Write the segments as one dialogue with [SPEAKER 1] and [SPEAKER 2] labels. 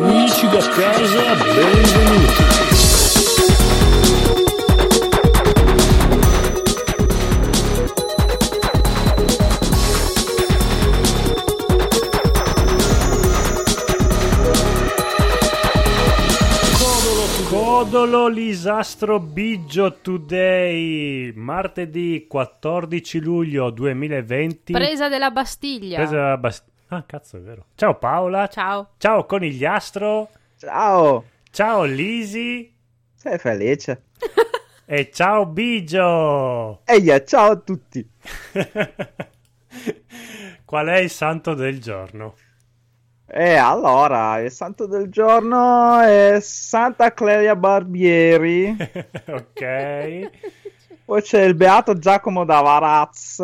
[SPEAKER 1] Luigi da casa, benvenuti. Codolo Lisastro Biggio Today, martedì 14 luglio 2020.
[SPEAKER 2] Presa della Bastiglia.
[SPEAKER 1] Presa dalla Bast- Ah, cazzo, è vero. Ciao Paola.
[SPEAKER 2] Ciao.
[SPEAKER 1] Ciao Conigliastro.
[SPEAKER 3] Ciao!
[SPEAKER 1] Ciao Lisi.
[SPEAKER 3] Sei felice?
[SPEAKER 1] E ciao Biggio.
[SPEAKER 3] Eia, ciao a tutti!
[SPEAKER 1] Qual è il santo del giorno?
[SPEAKER 3] E allora, il santo del giorno è Santa Clelia Barbieri,
[SPEAKER 1] ok.
[SPEAKER 3] poi c'è il Beato Giacomo d'Avaraz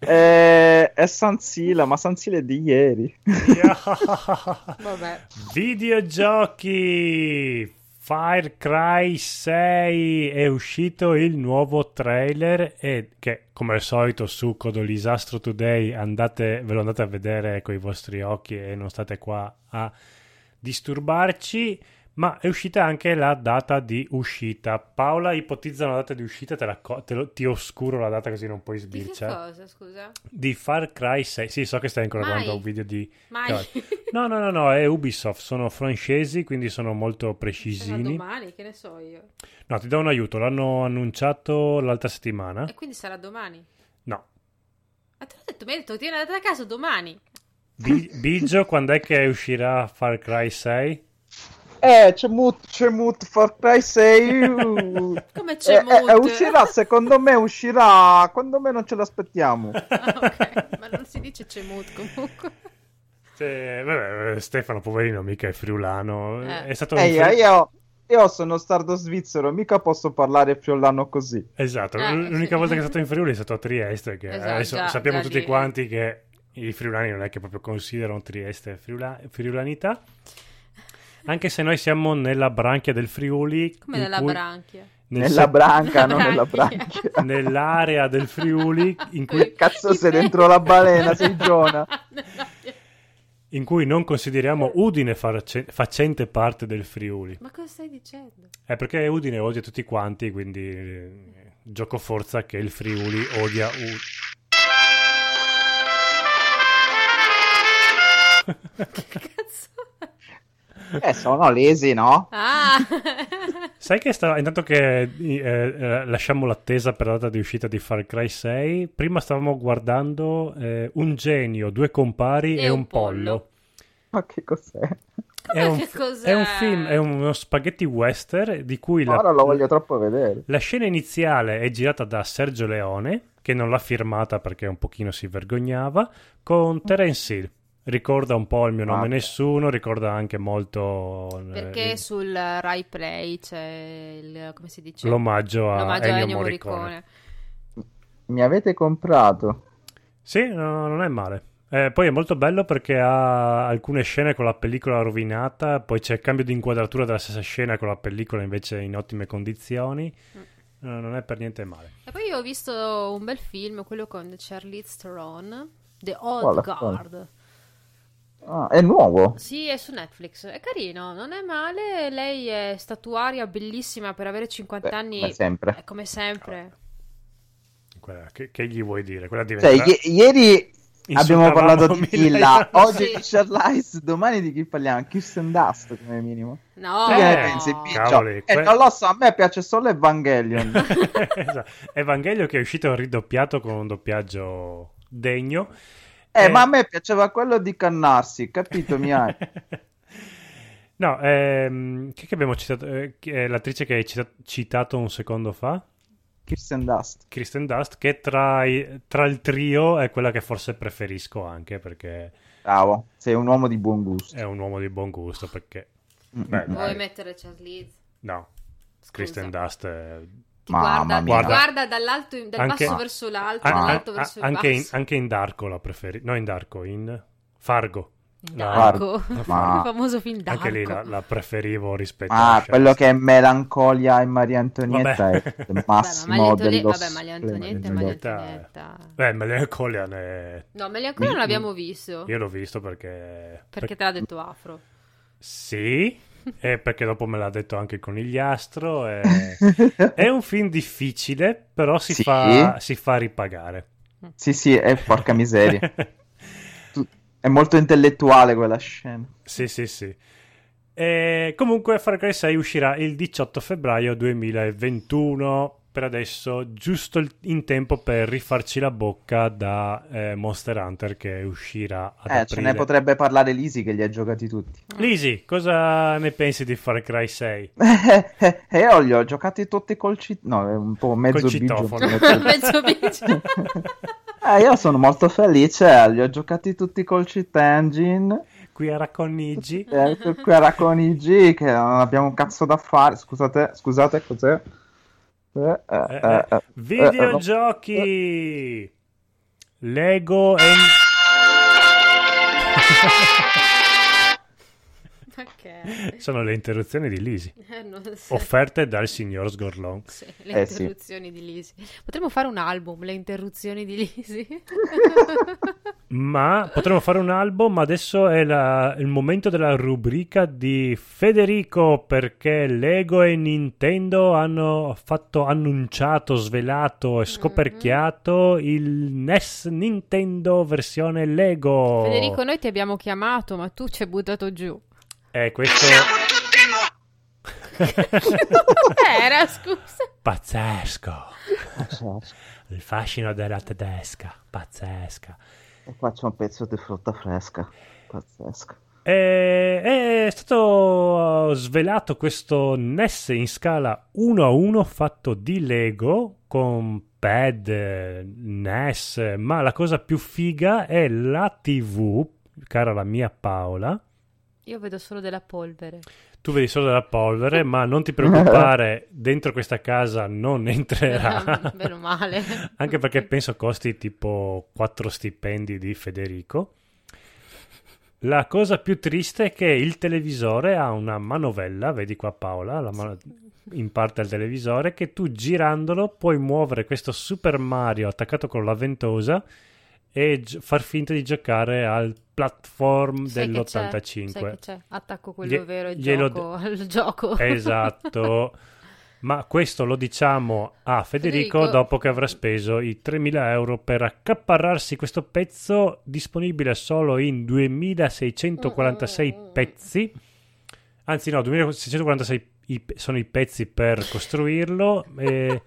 [SPEAKER 3] e, e San Sila, ma San Sila è di ieri.
[SPEAKER 2] Vabbè.
[SPEAKER 1] Videogiochi Fire Cry 6 è uscito il nuovo trailer e che come al solito su Codolisastro Today andate, ve lo andate a vedere con i vostri occhi e non state qua a disturbarci ma è uscita anche la data di uscita Paola ipotizza una data di uscita te la co- te lo- ti oscuro la data così non puoi
[SPEAKER 2] Di che
[SPEAKER 1] sbirciare
[SPEAKER 2] cosa, scusa?
[SPEAKER 1] di Far Cry 6 sì so che stai ancora
[SPEAKER 2] Mai.
[SPEAKER 1] guardando un video di
[SPEAKER 2] Mai.
[SPEAKER 1] Dai, No, no, no, no, è Ubisoft, sono francesi, quindi sono molto
[SPEAKER 2] Sarà
[SPEAKER 1] precisini.
[SPEAKER 2] domani, che ne so io.
[SPEAKER 1] No, ti do un aiuto, l'hanno annunciato l'altra settimana.
[SPEAKER 2] E quindi sarà domani.
[SPEAKER 1] No.
[SPEAKER 2] Ma te l'ho detto, mi hai detto, tieni a caso domani.
[SPEAKER 1] Bi- Biggio, quando è che uscirà Far Cry 6?
[SPEAKER 3] Eh, c'è Mut, c'è Mut Far Cry 6.
[SPEAKER 2] Ah,
[SPEAKER 3] uh.
[SPEAKER 1] Eh,
[SPEAKER 2] Come
[SPEAKER 3] E,
[SPEAKER 2] c'è
[SPEAKER 3] e-
[SPEAKER 2] molto.
[SPEAKER 3] e uscirà, secondo me uscirà, quando me non ce l'aspettiamo.
[SPEAKER 2] Ah, ok, ma non si dice c'è molto comunque.
[SPEAKER 1] Cioè, vabbè, Stefano, poverino, mica è friulano.
[SPEAKER 2] Eh.
[SPEAKER 1] È stato un
[SPEAKER 3] Eia,
[SPEAKER 1] fri-
[SPEAKER 3] io, io sono sardo svizzero, mica posso parlare friulano così.
[SPEAKER 1] Esatto,
[SPEAKER 2] Eh,
[SPEAKER 1] l- l'unica
[SPEAKER 2] sì.
[SPEAKER 1] volta che è stato in Friuli è stato a Trieste, che eh,
[SPEAKER 2] Esatto,
[SPEAKER 1] adesso
[SPEAKER 2] già-
[SPEAKER 1] sappiamo
[SPEAKER 2] già
[SPEAKER 1] tutti
[SPEAKER 2] lì.
[SPEAKER 1] quanti che i friulani non è che proprio considerano Trieste friula- friulanità. Anche se noi siamo nella branchia del Friuli.
[SPEAKER 2] Come
[SPEAKER 1] in
[SPEAKER 2] nella
[SPEAKER 1] cui-
[SPEAKER 2] branchia.
[SPEAKER 1] nel
[SPEAKER 3] Nella
[SPEAKER 1] se-
[SPEAKER 3] branca, non nella
[SPEAKER 2] Ah, Branchia.
[SPEAKER 3] branchia.
[SPEAKER 1] nell'area del Friuli in cui,
[SPEAKER 3] Cazzo, sei dentro la balena, sei Giona.
[SPEAKER 1] in cui non consideriamo Udine farce- facente parte del Friuli.
[SPEAKER 2] Ma cosa stai dicendo?
[SPEAKER 1] È perché Udine odia tutti quanti, quindi eh, gioco forza che il Friuli odia Udine.
[SPEAKER 2] Che cazzo?
[SPEAKER 3] Eh, sono lesi, no?
[SPEAKER 2] Ah!
[SPEAKER 1] Sai che sta- intanto che eh, eh, lasciamo l'attesa per la data di uscita di Far Cry 6, prima stavamo guardando eh, Un genio, due compari e, un, pollo.
[SPEAKER 3] Ma che cos'è?
[SPEAKER 2] Com'è
[SPEAKER 1] È un,
[SPEAKER 2] che cos'è?
[SPEAKER 1] è un film, è uno spaghetti western di cui la,
[SPEAKER 3] Ora lo voglio troppo vedere.
[SPEAKER 1] La scena iniziale è girata da Sergio Leone, che non l'ha firmata perché un pochino si vergognava, con Terence Hill. Ricorda un po' il mio nome
[SPEAKER 3] Vabbè.
[SPEAKER 1] nessuno, ricorda anche molto eh,
[SPEAKER 2] Perché
[SPEAKER 1] il-
[SPEAKER 2] sul Rai Play c'è il come si dice?
[SPEAKER 1] cioè, l'omaggio a
[SPEAKER 2] L'omaggio
[SPEAKER 1] Ennio Morricone.
[SPEAKER 3] Mi avete comprato.
[SPEAKER 1] Sì, no, non è male. Eh, poi è molto bello perché ha alcune scene con la pellicola rovinata, poi c'è il cambio di inquadratura della stessa scena con la pellicola invece in ottime condizioni. No, non è per niente male.
[SPEAKER 2] E poi io ho visto un bel film, quello con Charlize Theron, The Old
[SPEAKER 3] Quale?
[SPEAKER 2] Guard.
[SPEAKER 3] Ah, è nuovo.
[SPEAKER 2] Sì, è su Netflix, è carino, non è male, lei è statuaria bellissima per avere 50
[SPEAKER 3] Beh,
[SPEAKER 2] anni,
[SPEAKER 3] come sempre.
[SPEAKER 2] eh, come sempre.
[SPEAKER 1] Quella- che, che gli vuoi dire? Quella diventa...
[SPEAKER 3] Cioè, i- ieri abbiamo
[SPEAKER 1] Insultavamo
[SPEAKER 3] parlato di
[SPEAKER 1] Miley
[SPEAKER 3] Killa,
[SPEAKER 1] Cyrus.
[SPEAKER 3] oggi di Charlize, domani di chi parliamo? Kiss and Dust, come minimo.
[SPEAKER 2] No,
[SPEAKER 3] Tu che ne eh, pensi,
[SPEAKER 2] no.
[SPEAKER 3] Piccio?
[SPEAKER 1] cavoli,
[SPEAKER 3] Eh,
[SPEAKER 1] que-
[SPEAKER 3] non lo so, a me piace solo Evangelion.
[SPEAKER 1] Esatto. Evangelio che è uscito ridoppiato con un doppiaggio degno.
[SPEAKER 3] Eh,
[SPEAKER 1] Eh.
[SPEAKER 3] ma a me piaceva quello di cannarsi, capito, mi hai?
[SPEAKER 1] No, ehm, chi è che abbiamo citato? Eh, chi è l'attrice che hai cita- citato un secondo fa,
[SPEAKER 3] Kiss and Dust.
[SPEAKER 1] Kristen Dust, che tra, i- tra il trio è quella che forse preferisco anche perché
[SPEAKER 3] Bravo, sei un uomo di buon gusto.
[SPEAKER 1] è un uomo di buon gusto. Perché
[SPEAKER 3] Mm, mm,
[SPEAKER 2] Vuoi
[SPEAKER 3] mm.
[SPEAKER 2] mettere Charlize?
[SPEAKER 1] no,
[SPEAKER 2] Scusa.
[SPEAKER 1] Kristen Dust è
[SPEAKER 2] Ti
[SPEAKER 3] Mamma
[SPEAKER 2] guarda, ti
[SPEAKER 3] mia.
[SPEAKER 2] guarda dall'alto in- dal
[SPEAKER 1] Anche-
[SPEAKER 2] basso verso l'alto,
[SPEAKER 1] An-
[SPEAKER 3] Ah,
[SPEAKER 1] an-
[SPEAKER 2] dall'alto verso il
[SPEAKER 1] anche, in,
[SPEAKER 2] basso.
[SPEAKER 1] anche in Darko la preferisco. No, in Darko, in Fargo.
[SPEAKER 2] Darko,
[SPEAKER 3] Ma-
[SPEAKER 2] il famoso film Darko.
[SPEAKER 1] Anche lì la, la preferivo rispetto a
[SPEAKER 3] Ah,
[SPEAKER 1] Shaft.
[SPEAKER 3] quello che è Melancolia e Maria Antonietta
[SPEAKER 1] Vabbè.
[SPEAKER 3] è il
[SPEAKER 2] Vabbè, ma
[SPEAKER 3] massimo
[SPEAKER 2] Maria Antoni-
[SPEAKER 3] dello
[SPEAKER 2] vabbè, Maria Antonietta,
[SPEAKER 1] Maria
[SPEAKER 2] Maria
[SPEAKER 1] Antonietta.
[SPEAKER 2] Antonietta.
[SPEAKER 1] Beh, Melancolia ne...
[SPEAKER 2] No, me li ancora
[SPEAKER 3] Mi-
[SPEAKER 2] non l'abbiamo visto.
[SPEAKER 1] eh, io l'ho visto perché...
[SPEAKER 2] Perché te l'ha detto Afro.
[SPEAKER 1] Sì, e perché dopo me l'ha detto anche il conigliastro. E... è un film difficile, però si,
[SPEAKER 3] Sì.
[SPEAKER 1] fa, si fa ripagare.
[SPEAKER 3] Sì, sì, è porca miseria. Tu- È molto intellettuale quella scena.
[SPEAKER 1] Sì, sì, sì. E comunque Far Cry 6 uscirà il 18 febbraio 2021. Per adesso, giusto il- in tempo per rifarci la bocca da eh, Monster Hunter che uscirà ad
[SPEAKER 3] Eh, ce
[SPEAKER 1] aprile.
[SPEAKER 3] ne potrebbe parlare Lisi che li ha giocati tutti.
[SPEAKER 1] Lisi, cosa ne pensi di Far Cry 6?
[SPEAKER 3] E io li Eh, ho giocati tutti col cit... No, è un po' mezzo
[SPEAKER 1] Col
[SPEAKER 3] bigio.
[SPEAKER 1] citofono.
[SPEAKER 3] Mezzo-
[SPEAKER 2] Mezzo bigio.
[SPEAKER 3] Eh, io sono molto felice, li ho giocati tutti col cheat engine.
[SPEAKER 1] Qui era Connigi.
[SPEAKER 3] Eh, qui era con i G che non abbiamo un cazzo da fare. Scusate, scusate, cos'è? Eh, eh,
[SPEAKER 1] Eh,
[SPEAKER 3] eh,
[SPEAKER 1] eh,
[SPEAKER 3] eh.
[SPEAKER 1] Videogiochi! Lego e...
[SPEAKER 2] ok.
[SPEAKER 1] Sono le interruzioni di Lisi,
[SPEAKER 2] Eh, non so.
[SPEAKER 1] Oh, offerte dal signor Sgorlon.
[SPEAKER 2] Sì, le
[SPEAKER 3] Eh, sì.
[SPEAKER 2] interruzioni di Lisi. Potremmo fare un album, le interruzioni di Lisi.
[SPEAKER 1] Ma potremmo fare un album, ma adesso è la- il momento della rubrica di Federico perché Lego e Nintendo hanno fatto, annunciato, svelato e scoperchiato il NES Nintendo versione Lego.
[SPEAKER 2] Federico, noi ti abbiamo chiamato, ma tu ci hai buttato giù.
[SPEAKER 1] Eh, questo...
[SPEAKER 2] Era, scusa.
[SPEAKER 1] Pazzesco. Il fascino della tedesca, pazzesca.
[SPEAKER 3] E qua c'è un pezzo di frutta fresca. Pazzesco.
[SPEAKER 1] Eh, È stato svelato questo NES in scala 1 a 1 fatto di Lego con pad, eh, NES, ma la cosa più figa è la TV, cara la mia Paola.
[SPEAKER 2] Io vedo solo della polvere.
[SPEAKER 1] Tu vedi solo della polvere, ma non ti preoccupare, dentro questa casa non entrerà.
[SPEAKER 2] Meno male.
[SPEAKER 1] Anche perché penso costi tipo 4 stipendi di Federico. La cosa più triste è che il televisore ha una manovella, vedi qua Paola, la mano- in parte al televisore, che tu girandolo puoi muovere questo Super Mario attaccato con la ventosa e gi- far finta di giocare al platform
[SPEAKER 2] Sai che c'è? Sai
[SPEAKER 1] dell'85.
[SPEAKER 2] che c'è? Attacco quello
[SPEAKER 1] Glie-
[SPEAKER 2] vero e
[SPEAKER 1] glielo
[SPEAKER 2] gioco al gioco.
[SPEAKER 1] Esatto. Ma questo lo diciamo a Federico,
[SPEAKER 2] Federico.
[SPEAKER 1] dopo che avrà speso i 3.000 euro per accaparrarsi questo pezzo disponibile solo in
[SPEAKER 2] Mm,
[SPEAKER 1] 2.646 pezzi. Anzi no, 2.646 i- sono i pezzi per costruirlo. e-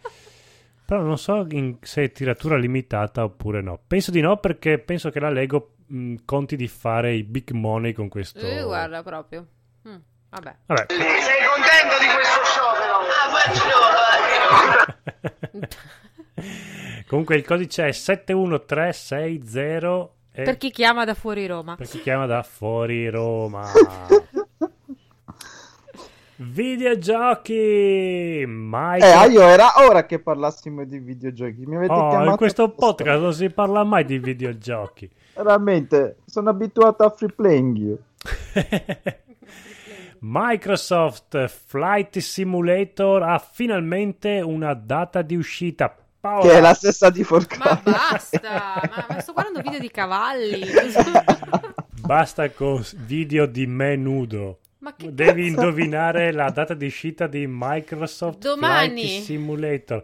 [SPEAKER 1] Però non so in- se è tiratura limitata oppure no. Penso di no perché penso che la Lego mh, conti di fare i big money con questo...
[SPEAKER 2] Eh, guarda proprio. Mm, vabbè.
[SPEAKER 1] Vabbè,
[SPEAKER 4] Sei contento di questo sciopero? Ah, buongiorno.
[SPEAKER 1] Eh. Comunque il codice è 71360 e
[SPEAKER 2] Per chi chiama da fuori Roma.
[SPEAKER 1] per chi chiama da fuori Roma. Ah. Videogiochi! Mai
[SPEAKER 3] Eh, ah, io era ora che parlassimo di videogiochi. Mi avete
[SPEAKER 1] Oh,
[SPEAKER 3] chiamato
[SPEAKER 1] in questo
[SPEAKER 3] apposta.
[SPEAKER 1] podcast non si parla mai di videogiochi.
[SPEAKER 3] Veramente, sono abituato a free playing io.
[SPEAKER 1] Microsoft Flight Simulator ha finalmente una data di uscita. Paola,
[SPEAKER 3] Che è la stessa di
[SPEAKER 2] Ma
[SPEAKER 3] Forcano.
[SPEAKER 2] basta! ma, ma sto guardando video di cavalli.
[SPEAKER 1] basta con s- video di me nudo.
[SPEAKER 2] ma che
[SPEAKER 1] Devi indovinare la data di uscita di Microsoft
[SPEAKER 2] Domani.
[SPEAKER 1] Flight Simulator.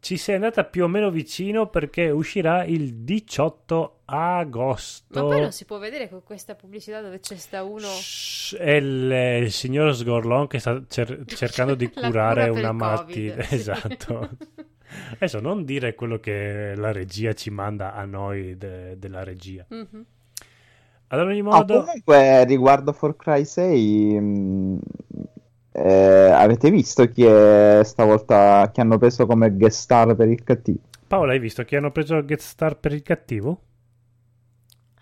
[SPEAKER 1] Ci sei andata più o meno vicino perché uscirà il 18 agosto.
[SPEAKER 2] Ma poi non si può vedere con questa pubblicità dove c'è sta uno.
[SPEAKER 1] Shh, È il, il signor Sgorlon che sta cer- cercando di
[SPEAKER 2] La
[SPEAKER 1] curare
[SPEAKER 2] cura per
[SPEAKER 1] una
[SPEAKER 2] il
[SPEAKER 1] malattia.
[SPEAKER 2] Covid, sì.
[SPEAKER 1] Esatto. Adesso non dire quello che la regia ci manda a noi de- della regia.
[SPEAKER 2] Mhm.
[SPEAKER 1] Ad ogni
[SPEAKER 3] Ah,
[SPEAKER 1] modo,
[SPEAKER 3] comunque, riguardo For Cry 6, mh, eh, avete visto chi è stavolta che hanno preso come guest star per il cattivo?
[SPEAKER 1] Paola, hai visto che hanno preso il Get Star per il cattivo?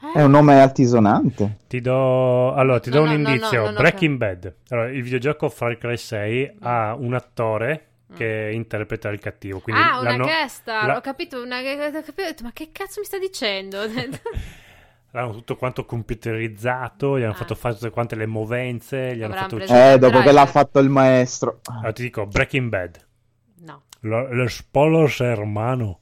[SPEAKER 2] Eh.
[SPEAKER 3] È un nome altisonante.
[SPEAKER 1] Ti do, allora, ti
[SPEAKER 2] No,
[SPEAKER 1] do
[SPEAKER 2] no,
[SPEAKER 1] un
[SPEAKER 2] no, no,
[SPEAKER 1] indizio.
[SPEAKER 2] no, cioè Mm. no,
[SPEAKER 1] Breaking Bad. Allora, il videogioco Far Cry 6 ha un attore che interpreta il cattivo. Quindi
[SPEAKER 2] Mm. ah, una
[SPEAKER 1] l'hanno-
[SPEAKER 2] guest star,
[SPEAKER 1] la-
[SPEAKER 2] ho capito, una... ho capito, ho detto, ma che cazzo mi sta dicendo?
[SPEAKER 1] l'hanno tutto quanto computerizzato, gli hanno
[SPEAKER 2] Ah.
[SPEAKER 1] fatto fare tutte quante le movenze, gli hanno
[SPEAKER 2] Avranno
[SPEAKER 1] fatto
[SPEAKER 2] preso-
[SPEAKER 1] uccidere-
[SPEAKER 3] Eh, dopo che l'ha
[SPEAKER 2] cioè.
[SPEAKER 3] fatto il maestro.
[SPEAKER 1] Allora, ti dico, Breaking Bad,
[SPEAKER 2] No,
[SPEAKER 1] lo, lo spolos hermano.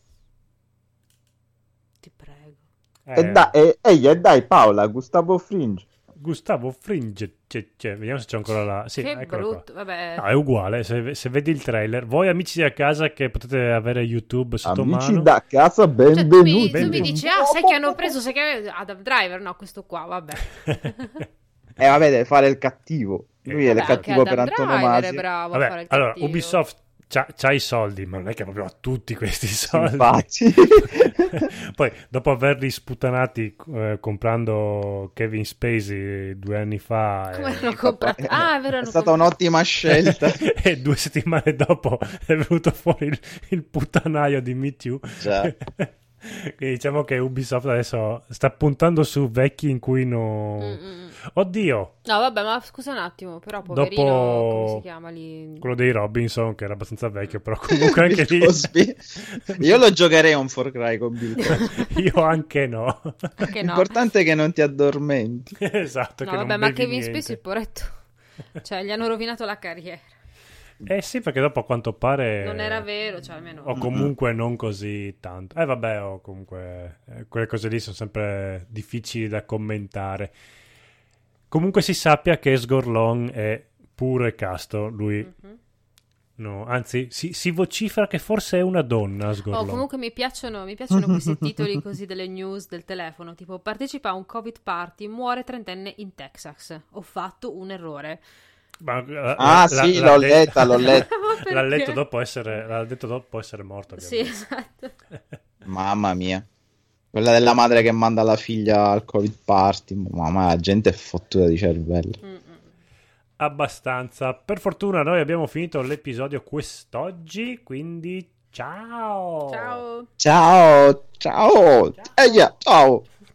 [SPEAKER 2] ti prego.
[SPEAKER 1] Eh,
[SPEAKER 3] E dai, e- ehi, e dai Paola, Gustavo Fringe.
[SPEAKER 1] Gustavo Fringe, c'è- c'è- vediamo se c'è ancora la... Sì,
[SPEAKER 2] che
[SPEAKER 1] eccolo qua.
[SPEAKER 2] brutto. eh. Vabbè,
[SPEAKER 1] No, è uguale, se, se vedi il trailer. Voi amici a casa che potete avere YouTube sotto
[SPEAKER 3] Amici
[SPEAKER 1] mano...
[SPEAKER 3] da casa,
[SPEAKER 2] Cioè, tu, mi,
[SPEAKER 3] benvenuti.
[SPEAKER 2] tu mi
[SPEAKER 1] Benvenuti.
[SPEAKER 2] dici, ah, sai che hanno preso, sai che Adam Driver, no, questo qua, vabbè.
[SPEAKER 3] Eh, vabbè, deve fare il cattivo.
[SPEAKER 1] Eh.
[SPEAKER 3] Lui è il
[SPEAKER 2] Vabbè,
[SPEAKER 3] cattivo
[SPEAKER 2] anche
[SPEAKER 3] per
[SPEAKER 2] Adam Driver è
[SPEAKER 3] antonomasia.
[SPEAKER 2] bravo a fare
[SPEAKER 1] Vabbè,
[SPEAKER 2] il
[SPEAKER 1] allora,
[SPEAKER 2] cattivo.
[SPEAKER 1] Ubisoft c'ha, c'ha i soldi, ma non è che proprio ha tutti questi soldi.
[SPEAKER 3] Infatti.
[SPEAKER 1] Poi, dopo averli sputanati eh, comprando Kevin Spacey due anni fa
[SPEAKER 2] Come
[SPEAKER 1] e,
[SPEAKER 2] l'hanno comprato? Ah, è vero,
[SPEAKER 3] Eh, è
[SPEAKER 2] hanno
[SPEAKER 3] stata
[SPEAKER 2] comprato.
[SPEAKER 3] un'ottima scelta.
[SPEAKER 1] e due settimane dopo è venuto fuori il, il puttanaio di Me Too.
[SPEAKER 3] Già.
[SPEAKER 1] Quindi diciamo che Ubisoft adesso sta puntando su vecchi in cui non...
[SPEAKER 2] Mm, mm.
[SPEAKER 1] Oddio,
[SPEAKER 2] No, vabbè, ma scusa un attimo, però poverino,
[SPEAKER 1] Dopo-
[SPEAKER 2] come si chiama lì?
[SPEAKER 1] quello dei Robinson che era abbastanza vecchio, però comunque anche
[SPEAKER 3] Bill
[SPEAKER 1] lì...
[SPEAKER 3] Cosby. Io lo giocherei a un For Cry con Bill Cosby.
[SPEAKER 1] Io anche no.
[SPEAKER 2] Che no.
[SPEAKER 3] L'importante è che non ti addormenti.
[SPEAKER 1] esatto,
[SPEAKER 2] No,
[SPEAKER 1] che
[SPEAKER 2] vabbè,
[SPEAKER 1] non
[SPEAKER 2] ma
[SPEAKER 1] bevi
[SPEAKER 2] Kevin
[SPEAKER 1] niente.
[SPEAKER 2] Spacey, il poretto. Cioè, gli hanno rovinato la carriera.
[SPEAKER 1] Eh sì, perché dopo a quanto pare...
[SPEAKER 2] Non era vero, cioè almeno.
[SPEAKER 1] O comunque non così tanto. Eh vabbè, o comunque eh, quelle cose lì sono sempre difficili da commentare. Comunque si sappia che Sgorlon è pure casto, lui
[SPEAKER 2] Mhm.
[SPEAKER 1] no, anzi si, si vocifera che forse è una donna
[SPEAKER 2] Oh,
[SPEAKER 1] Sgorlon.
[SPEAKER 2] comunque mi piacciono, mi piacciono questi titoli così delle news del telefono, tipo partecipa a un covid party, muore trentenne in Texas. Ho fatto un errore.
[SPEAKER 1] Ma, eh, la-
[SPEAKER 3] Ah,
[SPEAKER 1] la-
[SPEAKER 3] sì,
[SPEAKER 1] la-
[SPEAKER 3] l'ho
[SPEAKER 1] l'ha
[SPEAKER 3] letta, l'ho letta.
[SPEAKER 2] Ma
[SPEAKER 1] L'ha
[SPEAKER 2] perché?
[SPEAKER 1] letto dopo essere, l'ha detto dopo essere morto.
[SPEAKER 2] Sì,
[SPEAKER 1] ovviamente.
[SPEAKER 2] esatto.
[SPEAKER 3] Mamma mia. Quella della madre che manda la figlia al covid party. Mamma, la gente è fottuta di cervello.
[SPEAKER 2] Mm, mm.
[SPEAKER 1] Abbastanza. Per fortuna noi abbiamo finito l'episodio quest'oggi, quindi ciao!
[SPEAKER 2] Ciao.
[SPEAKER 3] Ciao,
[SPEAKER 1] Ciao.
[SPEAKER 3] ciao. Eia, ciao.